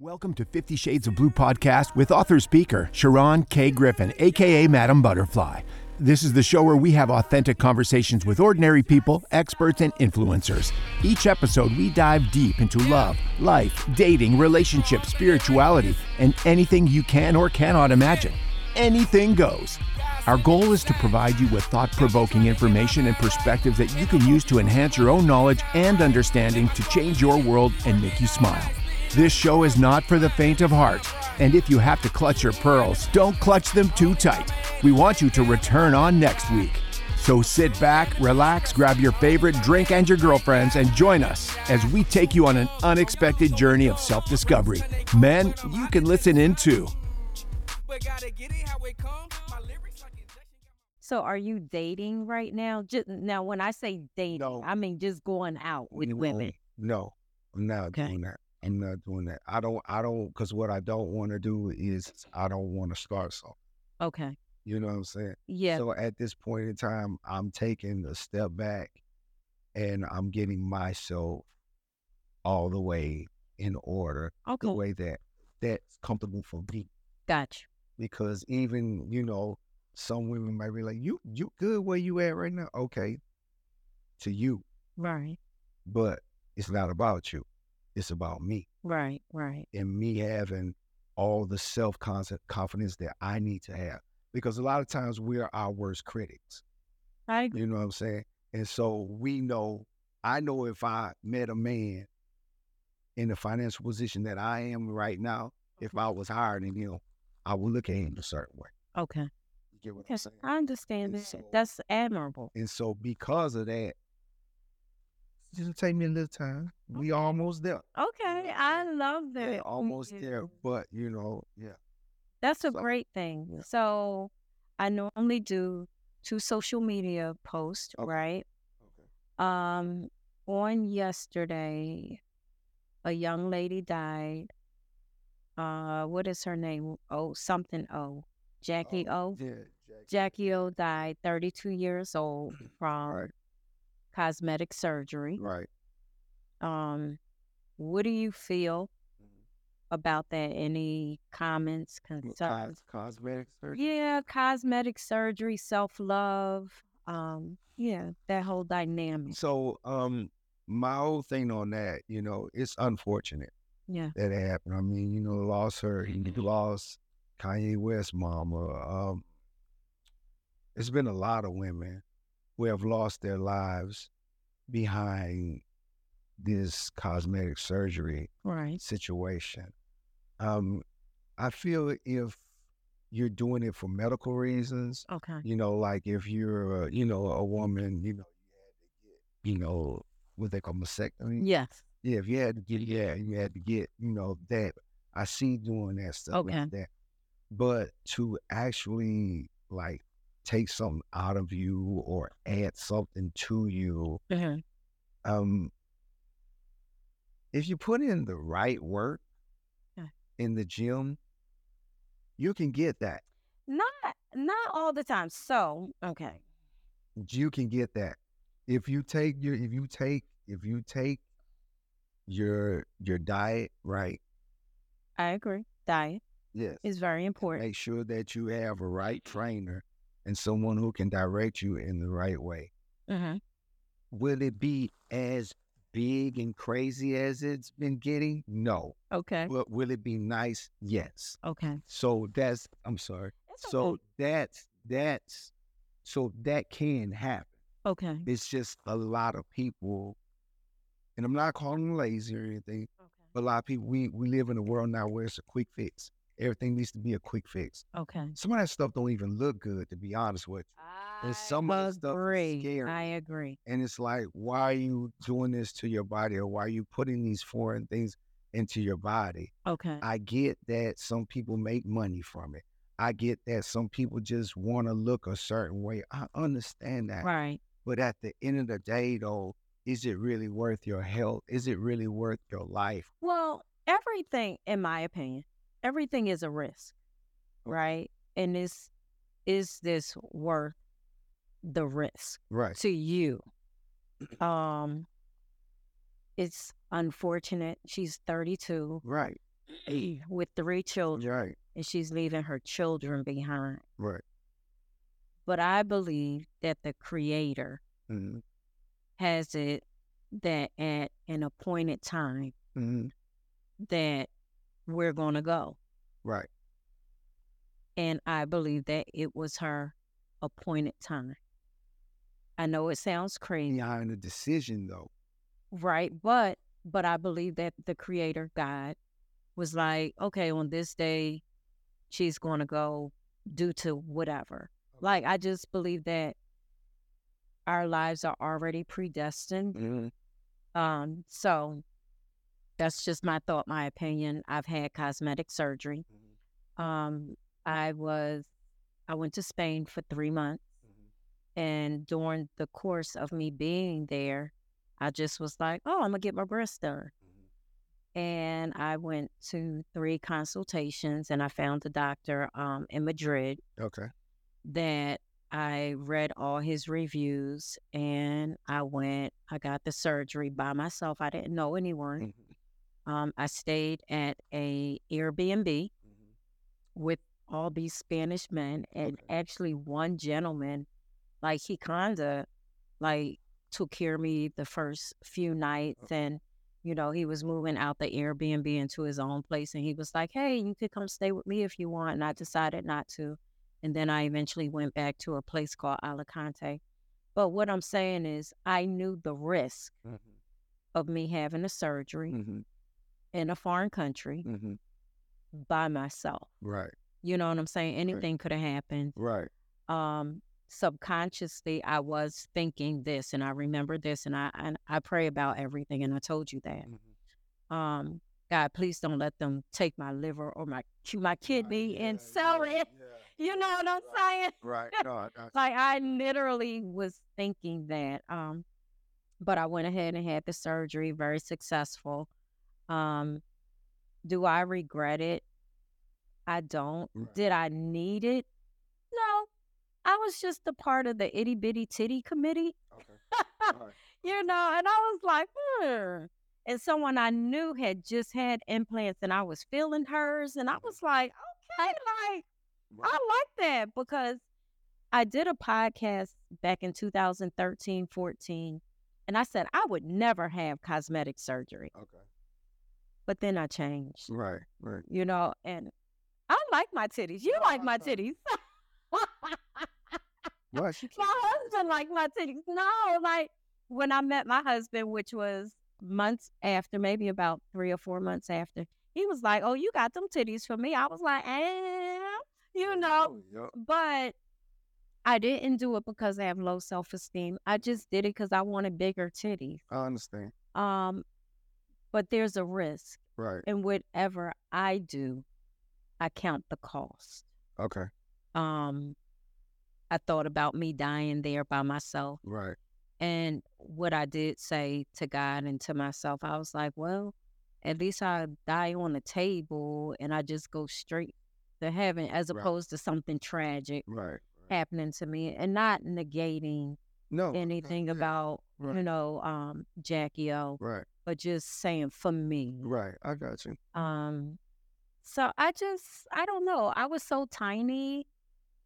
Welcome to Fifty Shades of Blue podcast with author speaker Sharon K. Griffin, aka Madam Butterfly. This is the show where we have authentic conversations with ordinary people, experts, and influencers. Each episode, we dive deep into love, life, dating, relationships, spirituality, and anything you can or cannot imagine. Anything goes. Our goal is to provide you with thought provoking information and perspectives that you can use to enhance your own knowledge and understanding to change your world and make you smile. This show is not for the faint of heart, and if you have to clutch your pearls, don't clutch them too tight. We want you to return on next week. So sit back, relax, grab your favorite drink and your girlfriends, and join us as we take you on an unexpected journey of self discovery. Men, you can listen in too. But gotta get it how it come. My lyrics like injection. So are you dating right now? Just now when I say dating, No. I mean just going out with No, women. No, I'm not Okay. doing that. I'm not doing that. I don't. I don't. Because what I don't want to do is I don't want to start something. Okay. You know what I'm saying? Yeah. So at this point in time, I'm taking a step back, and I'm getting myself all the way in order, the okay. way that that's comfortable for me. Gotcha. Because even you know, some women might be like, "You you good where you at right now?" Okay, to you, Right. but it's not about you. It's about me. Right. Right. and me having all the self confidence that I need to have. Because a lot of times we're our worst critics. I You know what I'm saying? And so we know, I know if I met a man in the financial position that I am right now, if I was higher than him, I would look at him a certain way. okay. You get what I'm Yes, saying? I understand And that. so- That's admirable. And so because of that, it'll take me a little time. We almost there. Okay. I love that. Mm, Yeah, almost Yeah. there. But you know, yeah. That's a So- great thing. Yeah. So I normally do two social media posts, Okay. right? Um, on yesterday, a young lady died. Uh, what is her name? Oh, something O. Jackie O. Um, Yeah, Jackie O died, 32 years old, from Right. cosmetic surgery. Right. Um, what do you feel about that? Any comments, Cos- concerns? cosmetic surgery. Yeah, cosmetic surgery, self love. Um, yeah, that whole dynamic. So, um, my whole thing on that, you know, it's unfortunate Yeah, that it happened. I mean, you know, lost her, he Mm-hmm. lost Kanye West, mama. Um, it's been a lot of women who have lost their lives behind this cosmetic surgery right. situation. Um, I feel if you're doing it for medical reasons, Okay. you know, like if you're, a, you know, a woman, you know, you know what they call mastectomy. Yes. Yeah, if you had to get, yeah, you had to get, you know, that. I see doing that stuff Okay. like that, but to actually like take something out of you or add something to you, Uh-huh. um, if you put in the right work Yeah. in the gym, you can get that. Not not all the time. So okay. you can get that if you take your if you take if you take your your diet right I agree. Diet yes is very important. make sure that you have a right trainer and someone who can direct you in the right way Uh-huh. will it be as big and crazy as it's been getting no Okay. but will it be nice yes Okay. so that's i'm sorry It's so that's that's so that can happen okay. Okay. it's just a lot of people, and I'm not calling them lazy or anything, but a lot of people, we, we live in a world now where it's a quick fix. Everything needs to be a quick fix. Okay. Some of that stuff don't even look good, to be honest with I And some of the stuff is agree. scary. I agree. you. And it's like, why are you doing this to your body or why are you putting these foreign things into your body? Okay. I get that some people make money from it. I get that some people just want to look a certain way. I understand that. right. But at the end of the day, though, is it really worth your health? Is it really worth your life? Well, everything, in my opinion, everything is a risk, right? And is is this worth the risk Right. to you? Um, it's unfortunate. She's thirty two. Right. with three children, You're right. and she's leaving her children behind. Right. But I believe that the Creator Mm-hmm. has it that at an appointed time Mm-hmm. that we're going to go. Right. And I believe that it was her appointed time. I know it sounds crazy, Behind the decision, though. right? But but I believe that the creator God was like, okay, on this day she's going to go due to whatever. Like I just believe that our lives are already predestined Mm-hmm. Um, so that's just my thought, my opinion. I've had cosmetic surgery. Um, I was I went to Spain for three months and during the course of me being there, I just was like, Oh, I'm gonna get my breast done. And I went to three consultations and I found a doctor um in Madrid Okay. that I read all his reviews and I went, I got the surgery by myself. I didn't know anyone. Um, I stayed at a Airbnb mm-hmm, with all these Spanish men and Okay. actually one gentleman, like he kinda like took care of me the first few nights and you know, he was moving out the Airbnb into his own place and he was like, Hey, you could come stay with me if you want and I decided not to. And then I eventually went back to a place called Alicante. But what I'm saying is I knew the risk of me having a surgery Mm-hmm. in a foreign country Mm-hmm. by myself. Right. You know what I'm saying? Anything could have happened. Right. Um, subconsciously, I was thinking this, and I remember this, and I and I pray about everything, and I told you that. Mm-hmm. Um, God, please don't let them take my liver or my my kidney and sell it. You know what I'm saying? Right. No, I, I, Like I literally was thinking that. Um, but I went ahead and had the surgery, very successful. Um, do I regret it? I don't. Right. Did I need it? No. I was just a part of the itty bitty titty committee, okay. All right. you know, and I was like, hmm. And someone I knew had just had implants and I was feeling hers. And I was like, okay, like I Right. like that because I did a podcast back in 2013, 14, and I said I would never have cosmetic surgery. Okay. But then I changed, Right. Right. you know, and I like my titties. You No, like I my know. titties. Right. she my keep it. husband liked my titties. No, like when I met my husband, which was months after, maybe about three or four months after, he was like, Oh, you got them titties for me. I was like, eh, you know, Yup. but I didn't do it because I have low self esteem. I just did it because I wanted bigger titties. I understand. Um, but there's a risk, Right. and whatever I do, I count the cost. Okay. Um, I thought about me dying there by myself, Right. and what I did say to God and to myself, I was like, well, at least I die on the table, and I just go straight to heaven, as Right. opposed to something tragic Right. right. happening to me and not negating No. Oh, okay, anything yeah, about you Right. know um Jackie O Right. but just saying for me Right. I got you. um so I just I don't know I was so tiny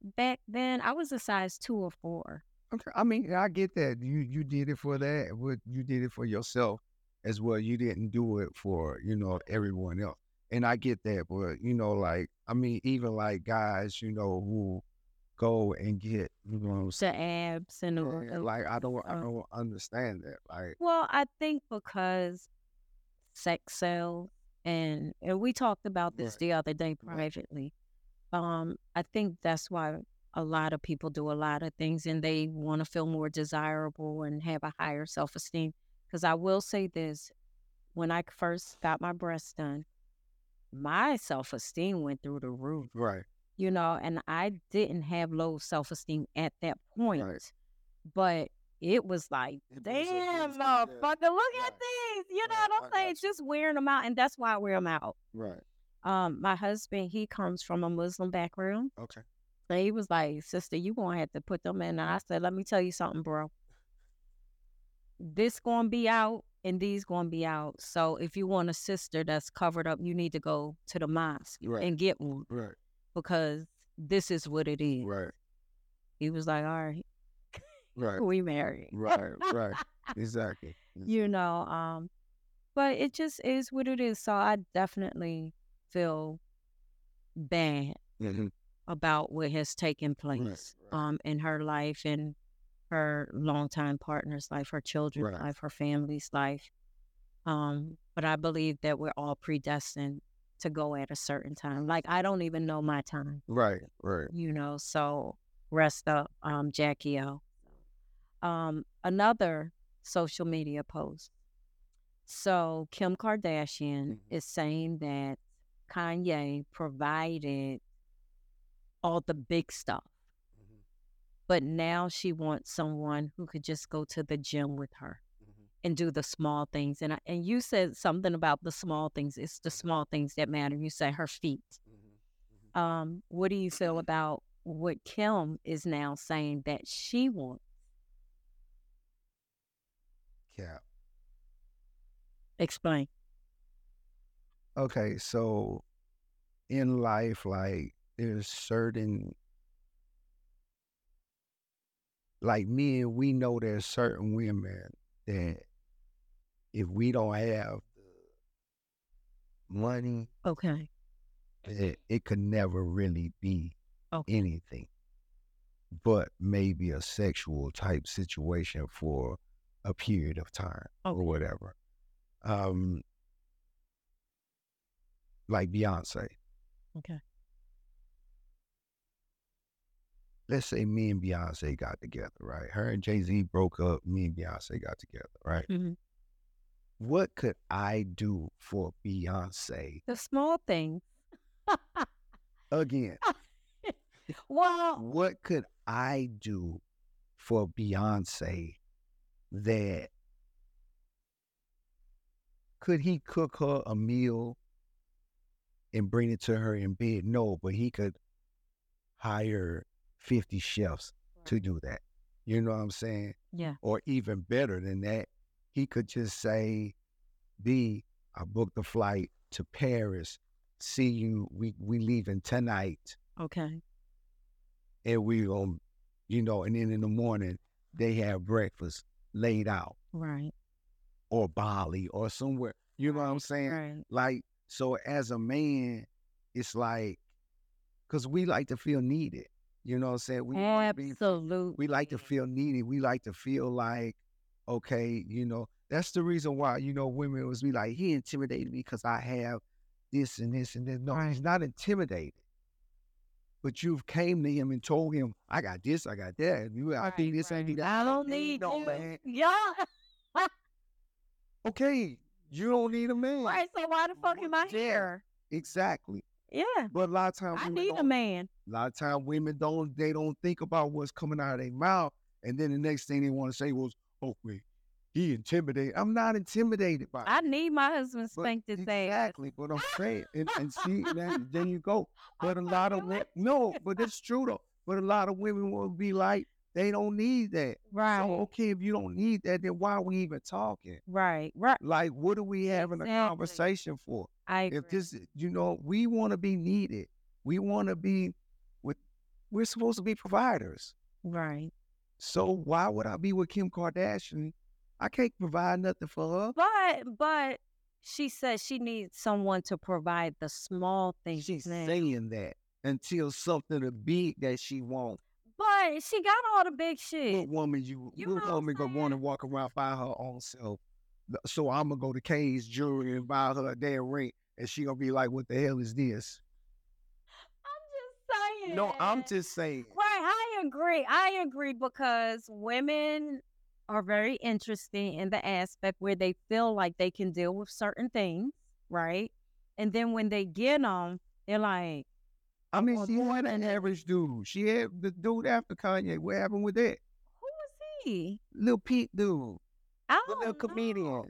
back then I was a size 2 or 4 Okay. I mean, I get that. You you did it for that. What you did it for yourself as well. You didn't do it for, you know, everyone else. And I get that, but you know, like I mean, even like guys, you know, who go and get, you know, the abs and the- yeah, like I don't I uh, don't understand that. Like well I think because sex sells and and we talked about this Right. the other day Right. privately um I think that's why a lot of people do a lot of things and they want to feel more desirable and have a higher self-esteem because I will say this when I first got my breast done my self-esteem went through the roof right, you know and I didn't have low self-esteem at that point but it was like It was a damn boost, yeah. motherfucker look at Right. these you know Right, what I I'm got saying you. just wearing them out and that's why I wear them out right. um my husband he comes from a Muslim background Okay. and he was like, sister, you gonna have to put them in. And I said, let me tell you something, bro. This gonna be out and these gonna be out. So if you want a sister that's covered up, you need to go to the mosque Right. and get one Right. because this is what it is. Right. He was like, "All right, Right. we married." Right. Right. Exactly. you know um but it just is what it is so i definitely feel bad Mhm. about what has taken place right. um in her life and her longtime partner's life her children's Right. life her family's life um but i believe that we're all predestined to go at a certain time like i don't even know my time Right. Right. you know so rest up um jackie o um another social media post so kim kardashian Mhm. is saying that kanye provided all the big stuff but now she wants someone who could just go to the gym with her Mm-hmm, and do the small things and I, and you said something about the small things it's the small things that matter you said her feet mm-hmm. um, what do you feel about what Kim is now saying that she wants? Cap. Explain. Okay. So in life, like there's certain like men, we know there's certain women that if we don't have the money, Okay. it, it could never really be Okay. anything but maybe a sexual type situation for a period of time Okay. or whatever um like beyonce Okay. let's say me and beyonce got together right her and jay-z broke up me and beyonce got together right Mhm. what could i do for beyonce The small thing. again Well, what could I do for Beyonce that could he cook her a meal and bring it to her in bed? No, but he could hire 50 chefs to do that. You know what I'm saying? yeah. Or even better than that, he could just say, B, I booked a flight to Paris. See you. We we leaving tonight Okay. and we um, you know, and then in the morning they have breakfast laid out Right. or Bali or somewhere. You know what I'm saying? Right. Like so, as a man, it's like because we like to feel needed. You know what I'm saying? We wanna be- Absolutely. we like to feel needed. We like to feel like okay, you know. That's the reason why you know women was be like he intimidated me because I have this and this and this. No, he's not intimidated. But you've came to him and told him, I got this, I got that. and You, I Right, think this, I right. need that. I don't Hey, need no you. man. Yeah. Okay, you don't need a man. Right. So why the fuck am I Yeah. here? Exactly. Yeah. But a lot of times, I women need a don't- man. A lot of times, women don't. They don't think about what's coming out of their mouth, and then the next thing they want to say was, "Oh, wait, he intimidated." I'm not intimidated by. I it. need my husband But spanked his ass. exactly what I'm saying, and, and see, that, there you go. But a lot of women, no, but it's true though. But a lot of women will be like, they don't need that. Right. So okay, if you don't need that, then why are we even talking? Right. Right. Like, what are we having Exactly. a conversation for? I agree. if this you know we want to be needed we want to be with we're supposed to be providers right. so why would i be with kim kardashian i can't provide nothing for her But but she says she needs someone to provide the small things. she's now. saying that until something to be that she wants but she got all the big what shit. woman you, You what know what I'm woman gonna want to saying? walk around by her own self so i'm gonna go to Kay's jewelry and buy her a damn ring and she gonna be like what the hell is this I'm just saying. no i'm just saying right. I agree. I agree because women are very interesting in the aspect where they feel like they can deal with certain things, right? And then when they get them, they're like, I mean, Or she more had an than Oh, that. average dude. She had the dude after Kanye. What happened with that? "Who is he? Little Pete dude, I the don't little know. comedian.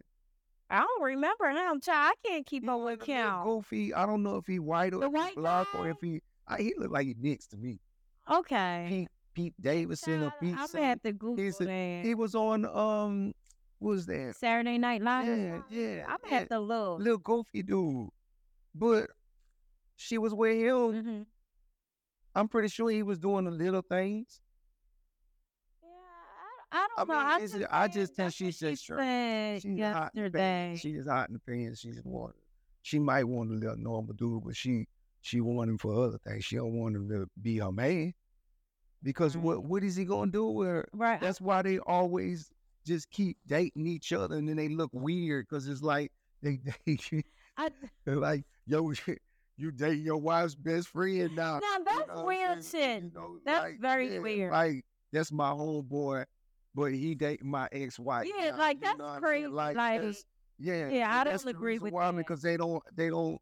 I don't remember him. Child, I can't keep He up was with a little him. Goofy. I don't know if he white or The if he white black or guy? if he. I, he looked like he next to me. Okay. Pete Pete Davidson or Child, Pete. I'm gonna something. have to Google a- that. He was on um Who was that? Saturday Night Live. Yeah, yeah. I'm yeah. at the look. little goofy dude. But she was with him. hmm I'm pretty sure he was doing the little things. Yeah, I, I I don't know. mean, I it's- just, I said just think that's what she's just she sure- said She's hot in the pan. yesterday. She is hot in the pan. She's one. She might want a little normal dude, but she she want him for other things. She don't want him to be her man. Because Right. what what is he gonna do with her? Right. That's why they always just keep dating each other, and then they look weird because it's like they date I, They're like, yo, you dating your wife's best friend now. now that's know what I'm weird saying? shit. You know, That's like, very yeah, weird. Like, that's my homeboy, but he date my ex-wife. Yeah, now, like you that's know what I'm saying? crazy. Like, Like, that's- yeah, yeah, I don't agree with that. because they don't, they don't,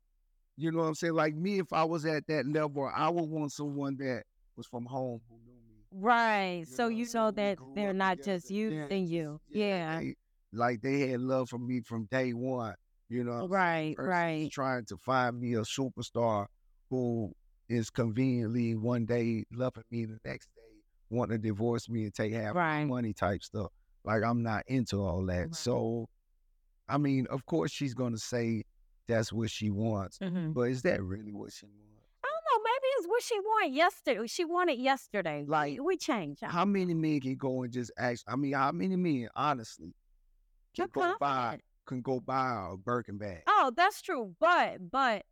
you know what I'm saying? Like me, if I was at that level, I would want someone that was from home who knew me. right. You So know, you so know we that grew they're up not together. just using you. Yeah. they- like they had love for me from day one. You know, what I'm saying? Right. versus Right. Trying to find me a superstar who is conveniently one day loving me, the next day wanting to divorce me and take half my Right. money type stuff. Like I'm not into all that. Right. So, I mean, of course she's gonna say that's what she wants, Mhm. but is that really what she wants? I don't know. Maybe it's what she wanted yesterday. She wanted yesterday. We- Like, we changed. I- How many men can go and just ask? I mean, how many men, honestly, You're can go buy confident. can go buy a Birkin bag? Oh, that's true. But but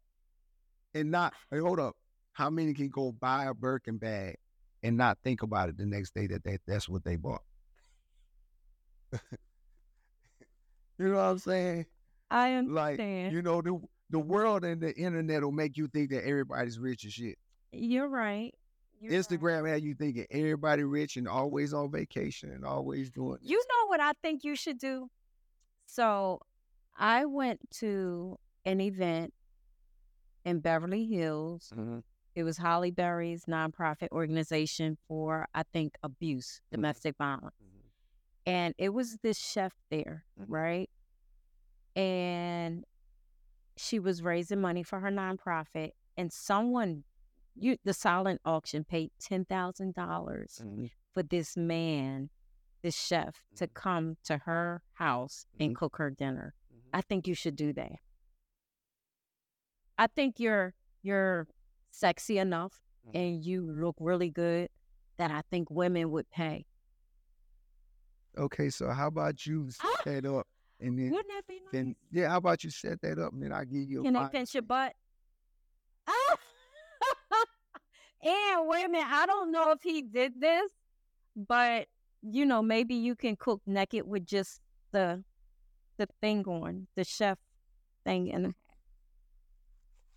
and not hey, hold up. How many can go buy a Birkin bag and not think about it the next day that they, that's what they bought? you know what I'm saying? I Like understand. you know the the world and the internet will make you think that everybody's rich and shit. you're, right. You're right. Instagram had you thinking everybody rich and always on vacation and always doing. You know what I think you should do? So I went to an event in Beverly Hills. Mm-hmm. It was Holly Berry's nonprofit organization for, I think, abuse, domestic violence. And it was this chef there, Mhm. right? And she was raising money for her nonprofit. And someone, you, the silent auction paid $10,000 dollars for this man, this chef, to Mhm. come to her house Mhm. and cook her dinner. Mm-hmm. I think you should do that. I think you're you're sexy enough Mhm. and you look really good that I think women would pay. Okay, so how about you Ah! set that up and then Wouldn't that be nice? then yeah, how about you set that up and then I give you a Can they final pinch your fee? butt? Ah! and wait a minute, I don't know if he did this, but you know, maybe you can cook naked with just the the thing on, the chef thing in the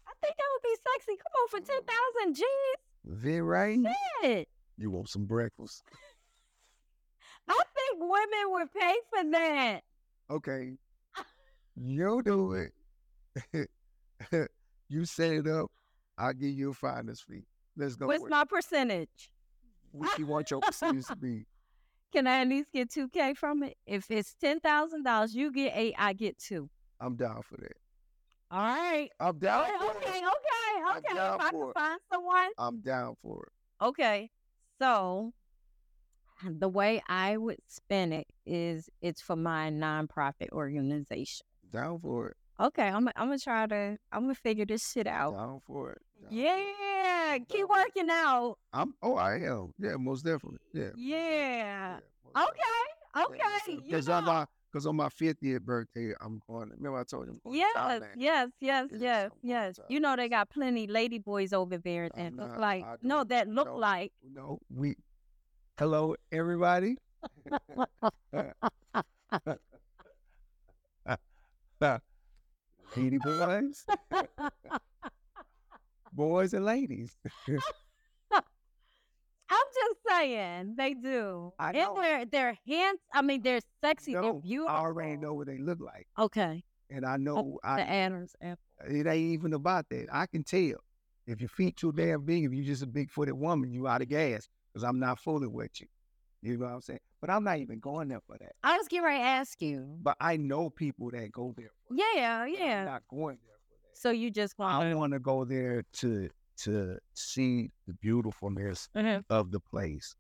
I think that would be sexy. Come on for ten thousand G's. Then right? Shit. You want some breakfast? I think women would pay for that. Okay. You do it. you set it up. I'll give you a finder's fee. Let's go. What's with it. my percentage? what you want your percentage to be? Can I at least get two K from it? If it's ten thousand dollars, you get eight, I get two. I'm down for that. All right. I'm All down right, for Oh, okay, it. okay, I'm okay. down If I for can it. find someone. I'm down for it. Okay. So the way I would spin it is it's for my nonprofit organization. Down for it. Okay, I'm I'm gonna try to I'm gonna figure this shit out. Down for it. Down for it. Yeah, down. keep working out. I'm oh I am. Yeah, most definitely. Yeah. Yeah. most definitely. Okay, okay. you Because on know. my because on my fiftieth birthday, I'm going. Remember I told you. I'm going to Yes, Thailand. yes, yes, Yes, yes, I'm going yes. to You know they Thailand. got plenty lady boys over there that I'm not- look like I no don't that look know. like No, we. Hello, everybody. Lady boys, boys and ladies. I'm just saying they do. I and know. they're they're hands I mean they're sexy. they're No, I beautiful. already know what they look like, Okay. and I know The I, Adams apple. it ain't even about that. I can tell if your feet too damn big. If you just a big footed woman, you out of gas because I'm not fooling with you. You know what I'm saying? But I'm not even going there for that. I was getting ready to ask you. But I know people that go there. For Yeah, that. I'm yeah. not going there for that. So you just want I want to go there to to see the beautifulness Mhm. of the place.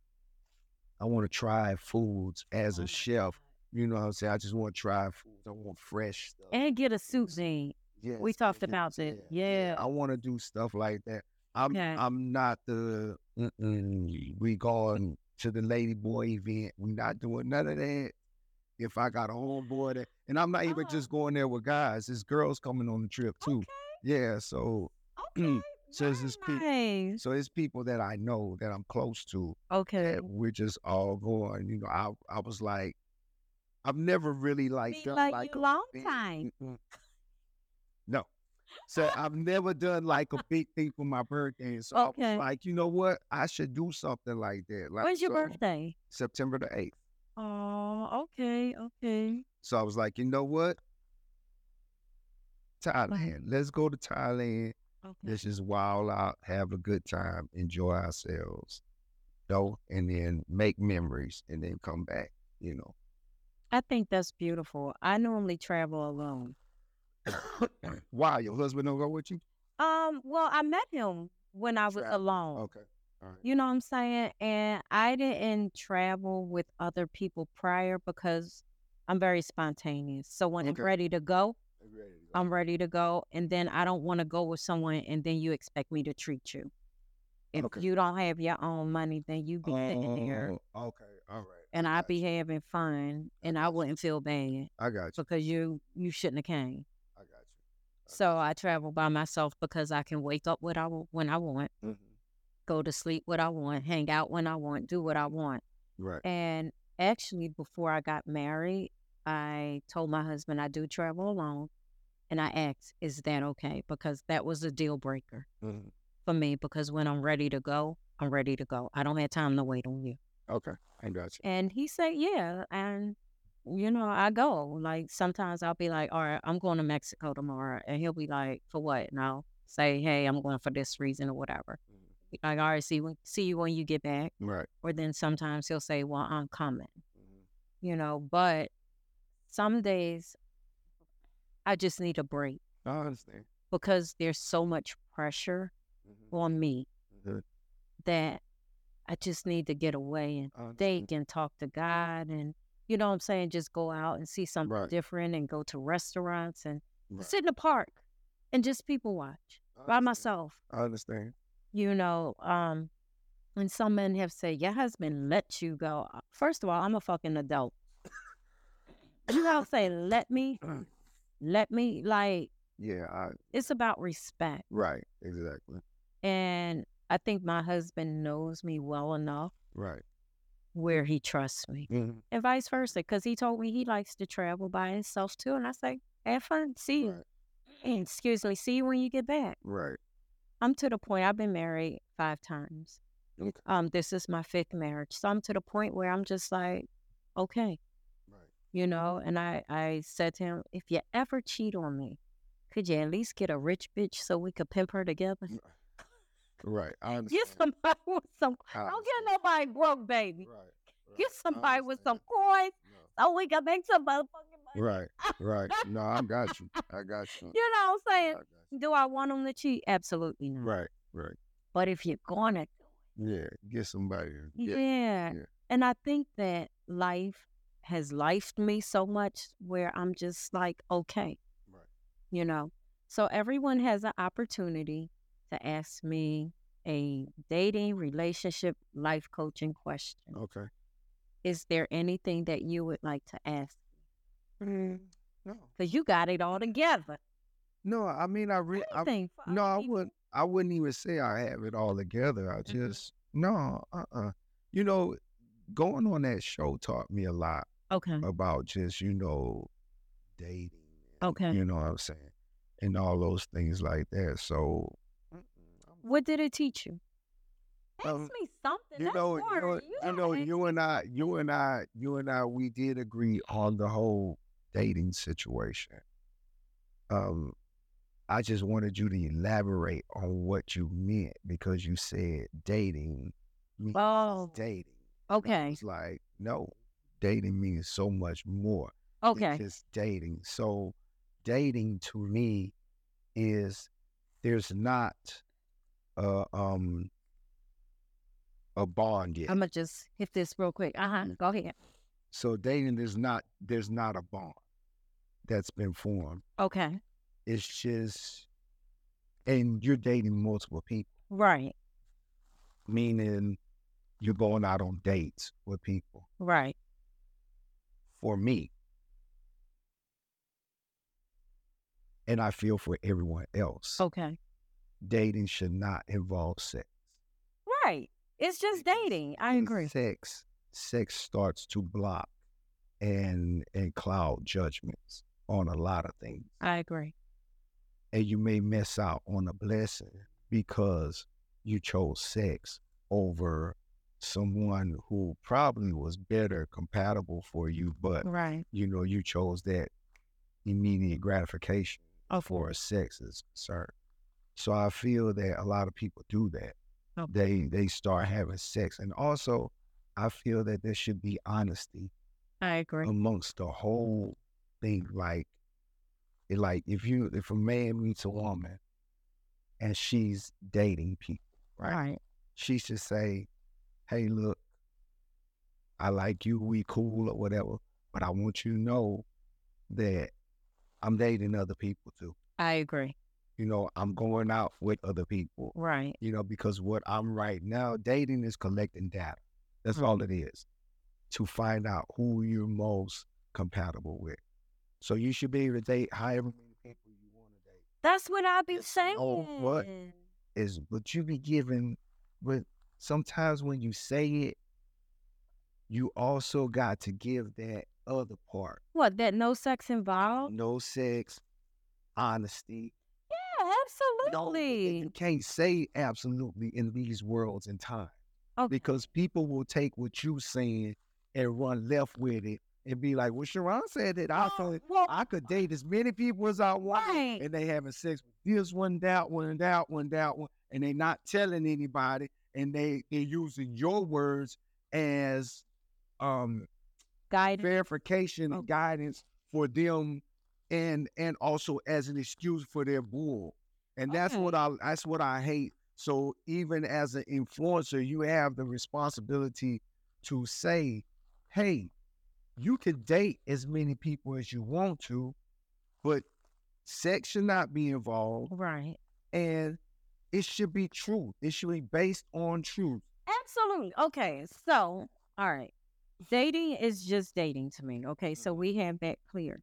I want to try foods as Oh a my chef You know what I'm saying? I just want to try food. I want fresh stuff. and get a suit jean. Yes, we and talked get- about that. Yeah. I want to do stuff like that. I'm Okay. I'm not the "Mm-mm, we going to the lady boy event. We not doing none of that. If I got a homeboy that, and I'm not even Oh. just going there with guys. It's girls coming on the trip too. Yeah. So Okay. mm, So it's this very pe- nice. so it's people that I know that I'm close to. Okay. that we're just all going. You know, I I was like, I've never really like Been done like like, you a long big- time. Mm-mm. No, so I've never done like a big thing for my birthday. So I Okay. was like, you know what? I should do something like that. Like, When's your so, birthday? September the eighth. Oh, okay, okay. So I was like, you know what? Thailand. Let's go to Thailand. Okay. Let's just wild out, have a good time, enjoy ourselves, you know, and then make memories, and then come back. You know. I think that's beautiful. I normally travel alone. Why your husband don't go with you? Um, well, I met him when I was Travel. alone. Okay, all right. You know what I'm saying? And I didn't travel with other people prior because I'm very spontaneous. So when Okay. I'm ready to go, I'm ready to go. And then I don't want to go with someone and then you expect me to treat you. If Okay. you don't have your own money, then you be Uh, sitting there Oh, okay, all right. and I got be you. having fun and I gotcha. wouldn't feel bad I got you. because you you shouldn't have came. I got you. So I travel by myself because I can wake up what I wa- when I want, Mm-hmm. go to sleep what I want, hang out when I want, do what I want. Right. And actually, before I got married, I told my husband I do travel alone, and I asked, "Is that okay?" Because that was a deal breaker Mhm. for me. Because when I'm ready to go, I'm ready to go. I don't have time to wait on you. Okay, I got you. And he said, "Yeah," and you know, I go. Like sometimes I'll be like, "All right, I'm going to Mexico tomorrow," and he'll be like, "For what?" And I'll say, "Hey, I'm going for this reason or whatever." Like, "All right, see when, see you when you get back." mm-hmm, Right. mm-hmm, Or then sometimes he'll say, "Well, I'm coming," you know. But some days I just need a break I understand. mm-hmm, because there's so much pressure on me Mhm. that I just need to get away and I think understand. and talk to God and you know what I'm saying, just go out and see something Right. different and go to restaurants and Right. sit in the park and just people watch I by understand. myself. I understand. You know, um and some men have said, Your husband let you go. Uh, First of all, I'm a fucking adult. you gotta say, let me, let me like Yeah. I it's about respect. right. Exactly. And I think my husband knows me well enough Right. where he trusts me. Mhm. and vice versa. Because he told me he likes to travel by himself too, and I say, "Have fun, see you." Right. And Excuse me, see you when you get back. Right. I'm to the point. I've been married five times. Okay. Um, this is my fifth marriage, so I'm to the point where I'm just like, okay, Right. you know. And I, I said to him, if you ever cheat on me, could you at least get a rich bitch so we could pimp her together? Right. I understand. Get somebody with some. I Don't understand. get nobody broke, baby. Right. right. Get I somebody with some understand. coins No. so we can make some motherfucking money. Right. Right. No, I got you. I got you. You know what I'm I saying? got you. Do I want them to cheat? Absolutely not. Right. Right. But if you're gonna, Yeah. Get somebody. to- yeah. Yeah. yeah. And I think that life has lifed me so much where I'm just like, okay, Right. you know. So everyone has an opportunity to ask me a dating, relationship, life coaching question. Okay. Is there anything that you would like to ask? Mm, no, Because you got it all together. no. I mean, I really, I, Anything for no, other I people. wouldn't. I wouldn't even say I have it all together. I just no, uh, uh You know, going on that show taught me a lot Okay. about just you know, dating. and, Okay. You know what I'm saying, and all those things like that. So, What did it teach you? Ask Um, me something. you That's know, you know, boring. you know, gotta ask you and I, you and I, you and I, we did agree on the whole dating situation. Um, I just wanted you to elaborate on what you meant because you said dating means Oh, dating. Okay. It's like no, dating means so much more. than Okay. just dating. So, dating to me is there's not a um a bond yet. I'm gonna just hit this real quick. Uh huh. Uh-huh, Go ahead. So dating is not there's not a bond that's been formed. Okay. It's just and you're dating multiple people, Right. meaning you're going out on dates with people. Right. For me. And I feel for everyone else. Okay. Dating should not involve sex. Right. It's just dating. I And agree. Sex, sex starts to block and and cloud judgments on a lot of things, I agree. and you may miss out on a blessing because you chose sex over someone who probably was better compatible for you, but Right. you know you chose that immediate gratification Of for as sex is concerned. So I feel that a lot of people do that. Okay. They they start having sex, and also I feel that there should be honesty I agree. amongst the whole thing. Like, it- like if you if a man meets a woman, and she's dating people, right? Right. She should say, "Hey, look, I like you. We cool or whatever, but I want you to know that I'm dating other people too." I agree. you know, I'm going out with other people, Right. you know, because what I'm right now, dating is collecting data. That's all it is to find out who you're most compatible with. So you should be able to date however many people you want to date. That's what I be Yes, you saying. know oh, what? Is but you be given, but sometimes when you say it, you also got to give that other part. What, that no sex involved? No sex, honesty, Yeah, No, but absolutely. you can't say absolutely in these worlds and time Okay. because people will take what you saying and run left with it and be like, "Well, Sharon said that I Oh, could well- I could date as many people as I want, Right. and they having sex with this one, that one, that one, that one, and they not telling anybody, and they they using your words as um Guided. verification Oh. and guidance for them and and also as an excuse for their bull and that's Okay. what i that's what i hate so even as an influencer you have the responsibility to say hey you can date as many people as you want to but sex should not be involved Right. and it should be true it should be based on truth Absolutely. Okay. So, all right. Dating is just dating to me. Okay. So we have that clear.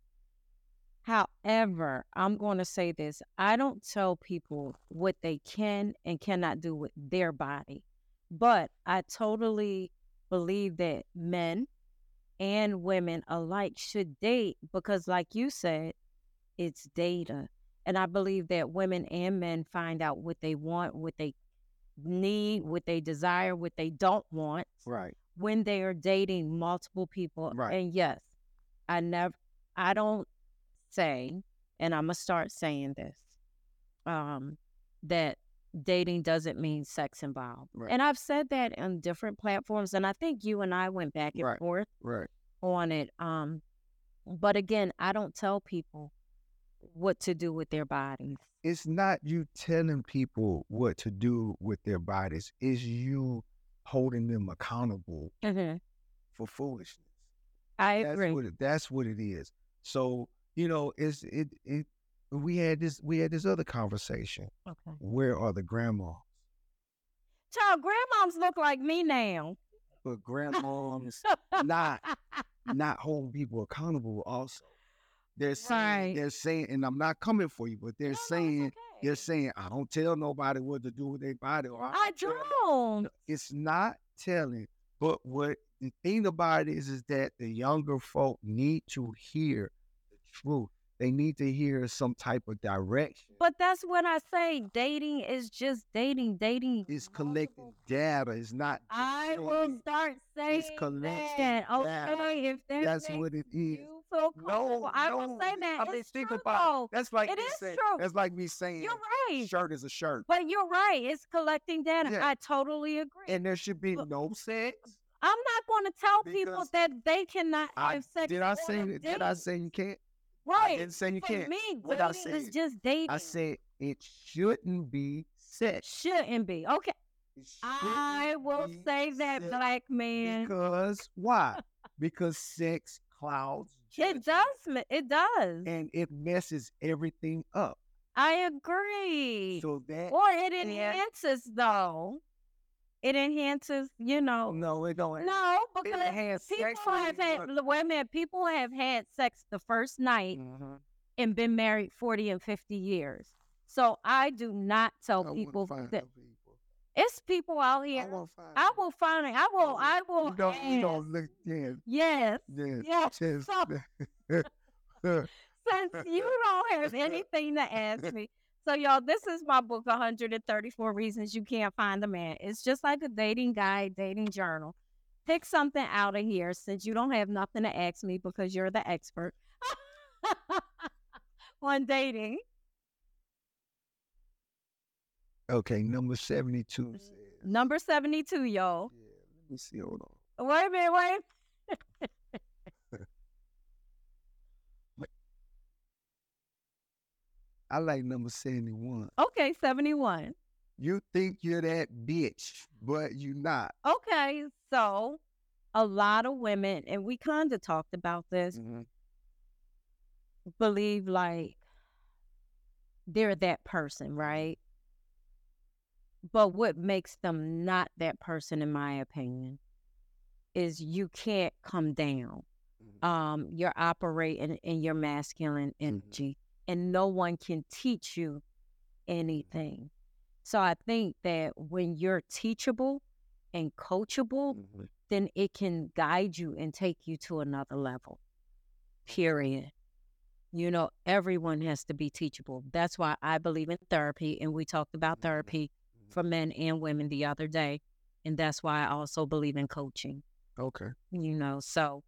However, I'm going to say this I don't tell people what they can and cannot do with their body, but I totally believe that men and women alike should date because, like you said, it's data. And I believe that women and men find out what they want, what they need, what they desire, what they don't want right when they are dating multiple people. Right. And yes, I never, I don't say, and I'm gonna start saying this, um, that dating doesn't mean sex involved. Right. And I've said that on different platforms, and I think you and I went back and Right. forth right on it. Um, but again, I don't tell people what to do with their bodies. it's not you telling people what to do with their bodies. It's you holding them accountable for foolishness. I That's agree. what it, that's what it is. So you know, it's it it. We had this we had this other conversation. okay. Where are the grandmas? Child, grandmoms look like me now. But grandmoms not not holding people accountable. Also, they're saying Right. they're saying, and I'm not coming for you, but they're No, no, it's saying they're okay. saying I don't tell nobody what to do with their body. Or I don't tell don't. it's not telling. But what the thing about it is, is that the younger folk need to hear the truth. They need to hear some type of direction. But that's what I say. Dating is just dating. Dating It's collecting collecting. data. It's not. just I showing will you. start saying collecting that. data. Okay, if that That's makes what it is. you feel comfortable, No, I no. will say that. I mean, it's think true, about it. though. That's like It me is saying, true. That's like me saying, You're right. shirt is a shirt, But you're right. It's collecting data. Yeah. I totally agree. and there should be Look, no sex. I'm not going to tell people Because that they cannot I have sex. did I on say a did I date. say you can't? I right? didn't say you For can't. me, What I dating is said. just dating. I said it shouldn't be sex. shouldn't be. Okay, It shouldn't I will be say that sex. black man. Because why? because sex clouds It does. ma- It does. and it messes everything up. I agree. So eh, that Or it Yeah. enhances, though. It enhances, you know. no, it don't. No, it because has people have had, l- wait a minute, people have had sex the first night Mm. Mm-hmm. and been married 40 and 50 years. So I do not tell Oh, people that it's people out here. I will find it. I will, I will. You don't. You ask. don't look. Yeah. Yes. Yeah. Yeah, just- Since you don't have anything to ask me. So, y'all, this is my book, 134 Reasons You Can't Find a Man. It's just like a dating guide, dating journal. Pick something out of here since you don't have nothing to ask me because you're the expert on dating. okay. Number seventy-two says. Number 72, Yeah. y'all. Let me see. Hold on. Wait a minute, wait. I like number seventy-one. Okay, 71. You think you're that bitch, but you not. Okay, so a lot of women, and we kind of talked about this, Mm-hmm, believe like they're that person, right? But what makes them not that person, in my opinion, is you can't come down. Um, you're operating in your masculine energy, and no one can teach you anything. So I think that when you're teachable and coachable, mm-hmm. then it can guide you and take you to another level. Period. You know, everyone has to be teachable. That's why I believe in therapy. And we talked about Mhm. therapy for men and women the other day. And that's why I also believe in coaching, Okay. you know. So,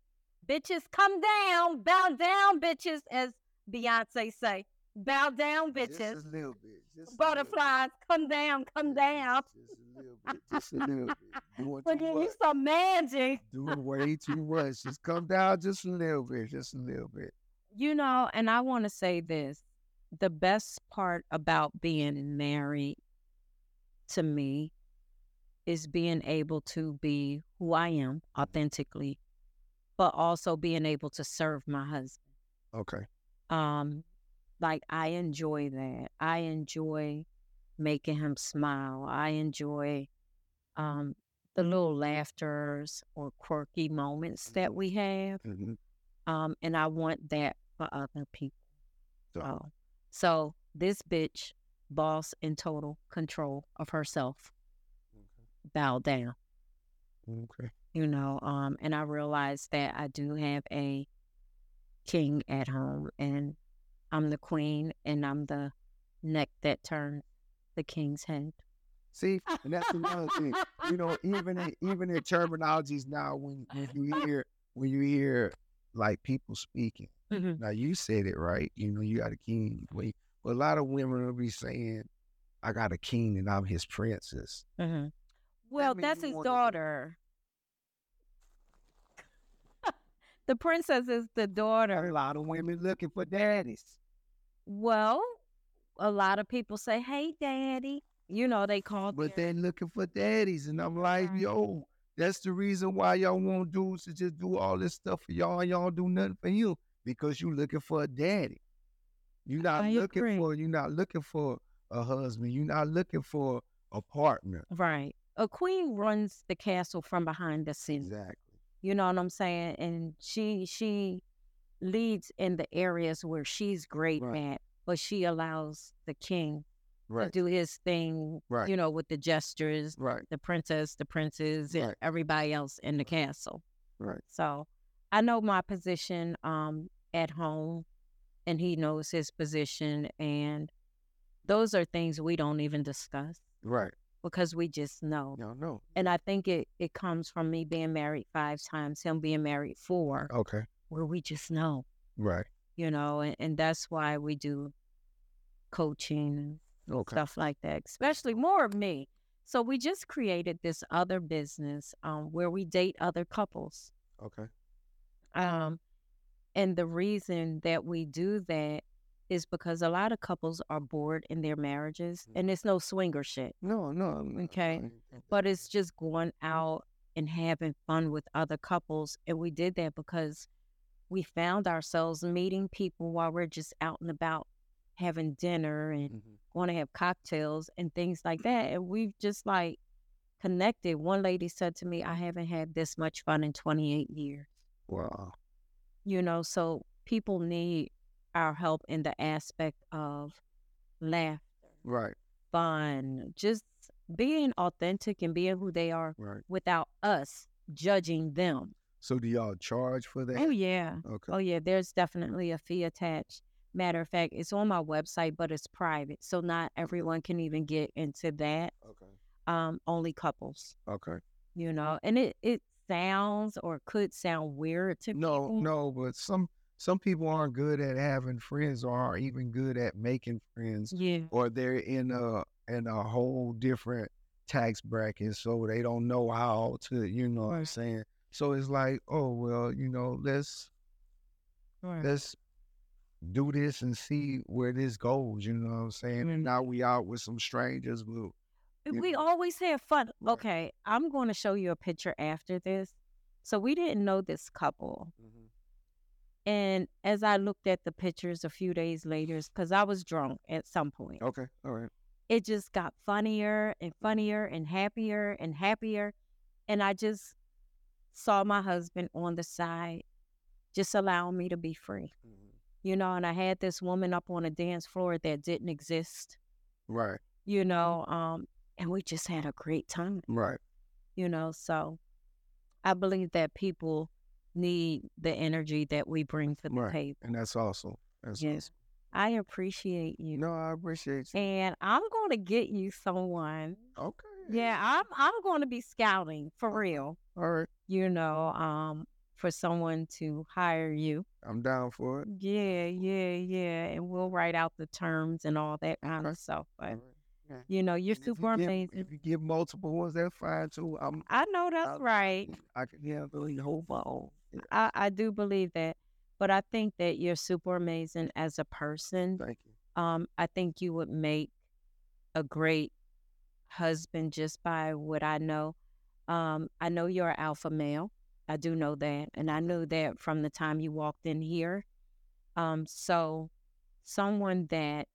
bitches, come down, bow down, bitches, as Beyonce say, bow down, Just a bitches, little bit. just a little bit. butterflies, come down, come Just- down. Just a little bit. Just a little bit. Doing But too then you much. some magic. Doing way too much. Just come down just a little bit. Just a little bit. You know, and I want to say this the best part about being married to me is being able to be who I am authentically, but also being able to serve my husband. Okay. Um, like I enjoy that. I enjoy making him smile. I enjoy um the little laughters or quirky moments that Mhm. we have Mhm. um, and I want that for other people. So- So, so this bitch, boss in total control of herself, bow down. Okay. You know, um, and I realize that I do have a king at home, and I'm the queen, and I'm the neck that turns the king's head. See, and that's another thing. You know, even in, even in terminologies now, when, when you hear when you hear like people speaking. Mhm. Now you said it right. You know, you got a king. Wait, but a lot of women will be saying, "I got a king and I'm his princess." Mhm. Well, mean that's you his wanted to- daughter. the princess is the daughter. A lot of women looking for daddies. Well, a lot of people say, "Hey, daddy," you know they call. but their- they're looking for daddies. And I'm like, Oh, Right. yo, that's the reason why y'all want dudes to just do all this stuff for y'all. and Y'all do nothing for you because you looking for a daddy. You're not I looking agree. for you're not looking for a husband. You're not looking for a partner. right. A queen runs the castle from behind the scenes. Exactly. You know what I'm saying? And she she leads in the areas where she's great Right. at, but she allows the king to Right. do his thing. Right. You know, with the gestures, Right. the princess, the princes, and Right. everybody else in the castle. Right. So I know my position um at home and he knows his position and those are things we don't even discuss Right. because we just know. Y'all know. And I think it, it comes from me being married five times, him being married four, Okay. where we just know, Right. you know, and, and that's why we do coaching and Okay. stuff like that, especially more of me. So we just created this other business um, where we date other couples. Okay. Um, and the reason that we do that is because a lot of couples are bored in their marriages and it's no swinger shit, No, no. I'm not- Okay. I ain't think that- but it's just going out and having fun with other couples. And we did that because we found ourselves meeting people while we're just out and about having dinner and mm-hmm. going to have cocktails and things like that. And we've just like connected. One lady said to me, I haven't had this much fun in 28 years. Wow. You know, so people need our help in the aspect of laugh, Right. fun, just being authentic and being who they are Right. without us judging them. So do y'all charge for that? Oh, yeah. Okay. Oh, yeah. There's definitely a fee attached. Matter of fact, it's on my website, but it's private. So not everyone can even get into that. Okay. Um, only couples, Okay. you Mm. know, and it, it sounds or could sound weird to No, people. no, but some some people aren't good at having friends or aren't even good at making friends. Yeah. or they're in a in a whole different tax bracket, so they don't know how to, you know what I'm Right. saying? So it's like, oh well, you know, let's let's do this and see where this goes, you know what I'm saying? Mm-hmm. And now we out with some strangers, but you we know. always have fun. Right. Okay, I'm going to show you a picture after this. So we didn't know this couple. And as I looked at the pictures a few days later, because I was drunk at some point, okay, all right. it just got funnier and funnier and happier and happier. And I just saw my husband on the side, just allowing me to be free, you know. And I had this woman up on a dance floor that didn't exist, Right, you know, um, and we just had a great time right. you know so i believe that people need the energy that we bring to the Right. table And that's awesome. That's yes i appreciate You you know, I appreciate you. and i'm going to get you someone Okay. yeah i'm i'm going to be scouting for real All right. you know um for someone to hire you I'm down for it. yeah yeah yeah and we'll write out the terms and all that kind of stuff but you know you're And if you super give- amazing If you give multiple ones, that's fine too. I'm i know that's I'll- right I can handle your whole phone. I, I do believe that, but I think that you're super amazing as a person. Thank you. Um, I think you would make a great husband just by what I know. Um, I know you're an alpha male. I do know that, and I knew that from the time you walked in here. Um, so someone that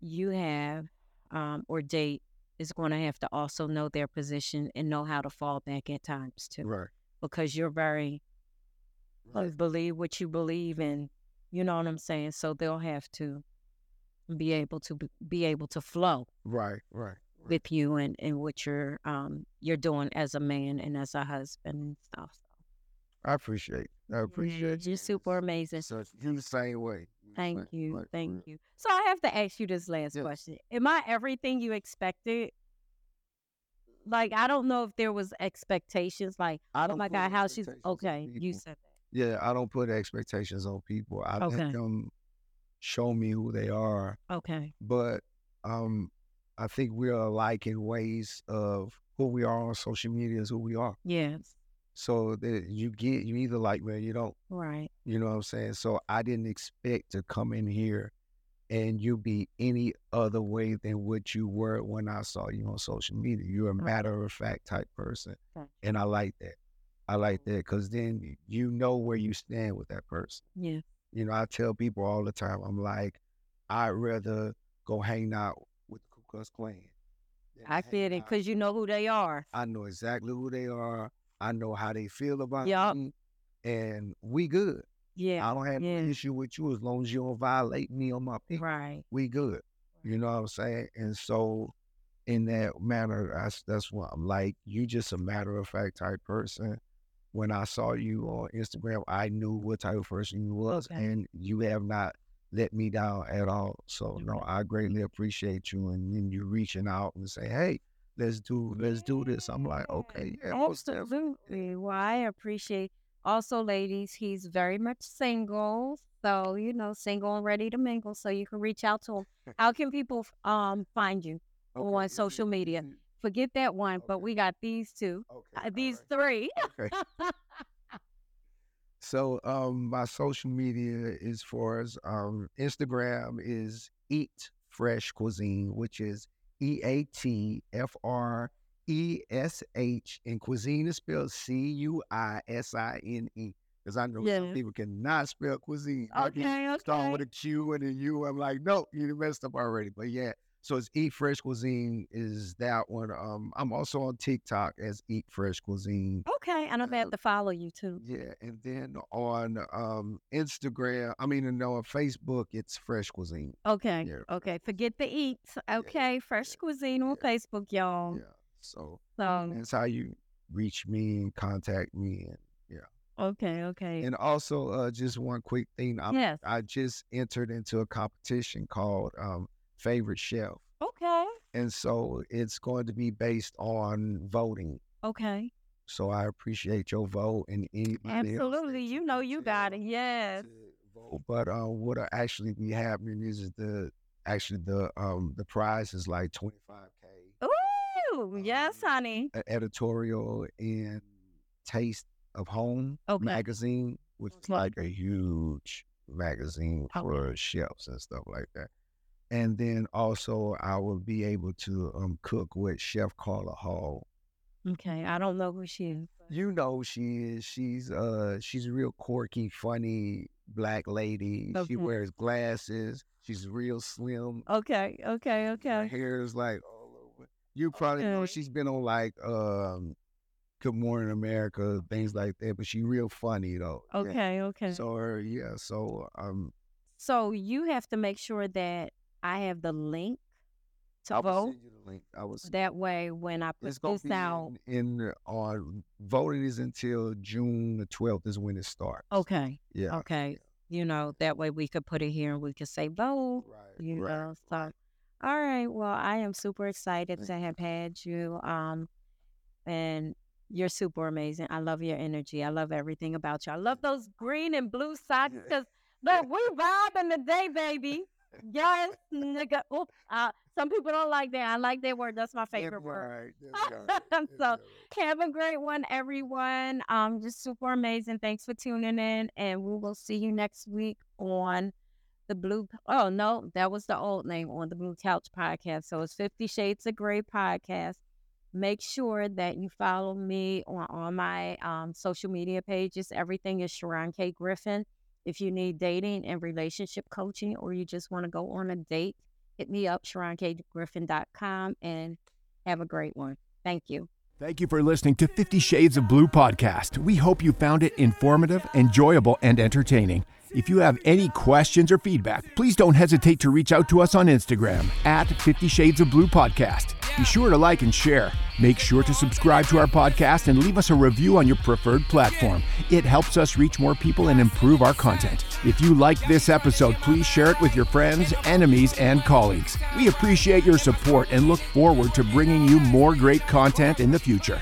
you have um, or date is going to have to also know their position and know how to fall back at times too Right. because you're very uh, believe what you believe in. You know what I'm saying? So they'll have to be able to b- be able to flow Right. Right. with you and, and what you're um you're doing as a man and as a husband and stuff. I appreciate. I appreciate. You're super amazing. So you the same way. You the Thank same you. way. Thank Right. you. So I have to ask you this last Yes. question. Am I everything you expected? Like I don't know if there was expectations like, I oh don't my put God, how she's expectations on okay. You people. said that. Yeah, I don't put expectations on people. I Okay. let them show me who they are. Okay. But um, I think we're alike in ways of who we are on social media is who we are. Yes. So that you get you either like me or you don't. Right. You know what I'm saying? So I didn't expect to come in here and you be any other way than what you were when I saw you on social media. You're a matter of fact type person. Gotcha. And I like that. I like that because then y- you know where you stand with that person. Yeah. You know, I tell people all the time, I'm like, I'd rather go hang out with the Ku Klux Klan. than I hang get it out- because you know who they are. I know exactly who they are. I know how they feel about Yup. me. And we good. Yeah. I don't have yeah. no issue with you as long as you don't violate me on my people. Right. We good. You know what I'm saying? And so, in that manner, I s that's what I'm like. You just a matter of fact type person. When I saw you on Instagram, I knew what type of person you was, Okay. and you have not let me down at all. So no, Okay. I greatly appreciate you, and, then you reaching out and say, "Hey, let's do let's do this." I'm like, "Okay, yeah, most definitely." Absolutely. Well, I appreciate. Also, ladies, he's very much single, so you know, single and ready to mingle. So you can reach out to him. How can people um find you? on Okay, is social it- media. is it- Forget that one, but Okay. we got these two, Okay, uh, all these right. three. Okay. So um my social media is for us um Instagram is Eat Fresh Cuisine, which is E A T F R E S H, and cuisine is spelled C U I S I N E. Because I know some Yeah. people cannot spell cuisine. I can Okay, Starting okay. with a Q and a U. I'm like, no, you done messed up already. But yeah, so it's Eat Fresh Cuisine is that one. Um, I'm also on TikTok as Eat Fresh Cuisine. Okay, and I'm gonna have to follow you too. Yeah, and then on um Instagram, I mean, no, on Facebook, it's Fresh Cuisine. Okay, Yeah. okay. Forget the eats. Okay, fresh cuisine on Facebook, y'all. Yeah, so So that's how you reach me and contact me. And, okay, okay. and also, uh, just one quick thing, I yes. I just entered into a competition called um Favorite Chef. okay. And so it's going to be based on voting. Okay. So I appreciate your vote and anybody. else that Absolutely. You know can you tell got it. Yes. to vote. But uh, what'll actually be happening is the actually the um the prize is like twenty five k Ooh, yes, Um, honey. editorial in Taste of Home Okay. magazine, which is Okay. like a huge magazine Oh. for chefs and stuff like that. And then also I will be able to um cook with Chef Carla Hall. Okay. I don't know who she is. you know she is she's uh she's a real quirky funny black lady Okay. she wears glasses she's real slim Okay, okay, her okay. hair is like all over you probably know Okay. she's been on like um good morning america things like that but she real funny though Yeah. Okay, okay. so her, yeah so um So you have to make sure that I have the link to I will vote. send you the link. I was That way, when I put it's gonna this be out, in, in on voting is until June the twelfth is when it starts. okay, Yeah. okay, you know, that way we could put it here and we could say vote. Right. You right, know, right. so all right. Well, I am super excited Thank to have had you. Um, and you're super amazing. I love your energy. I love everything about you. I love those green and blue socks Yeah. because look, we vibing today, baby. Yes, nigga. Oop, uh, some people don't like that. I like that word. That's my That's favorite word. right, that's right, that's So, right. Have a great one, everyone. Um, just super amazing. Thanks for tuning in, and we will see you next week on the Blue. Oh no, that was the old name on the Blue Couch podcast. So it's Fifty Shades of Grey podcast. Make sure that you follow me on all my um, social media pages. Everything is Sharon K Griffin. If you need dating and relationship coaching, or you just want to go on a date, hit me up, SharonKGriffin.com, and have a great one. Thank you. Thank you for listening to 50 Shades of Blue podcast. We hope you found it informative, enjoyable, and entertaining. If you have any questions or feedback, please don't hesitate to reach out to us on Instagram at 50 Shades of Blue podcast. Be sure to like and share. Make sure to subscribe to our podcast and leave us a review on your preferred platform. It helps us reach more people and improve our content. If you liked this episode, please share it with your friends, enemies, and colleagues. We appreciate your support and look forward to bringing you more great content in the future.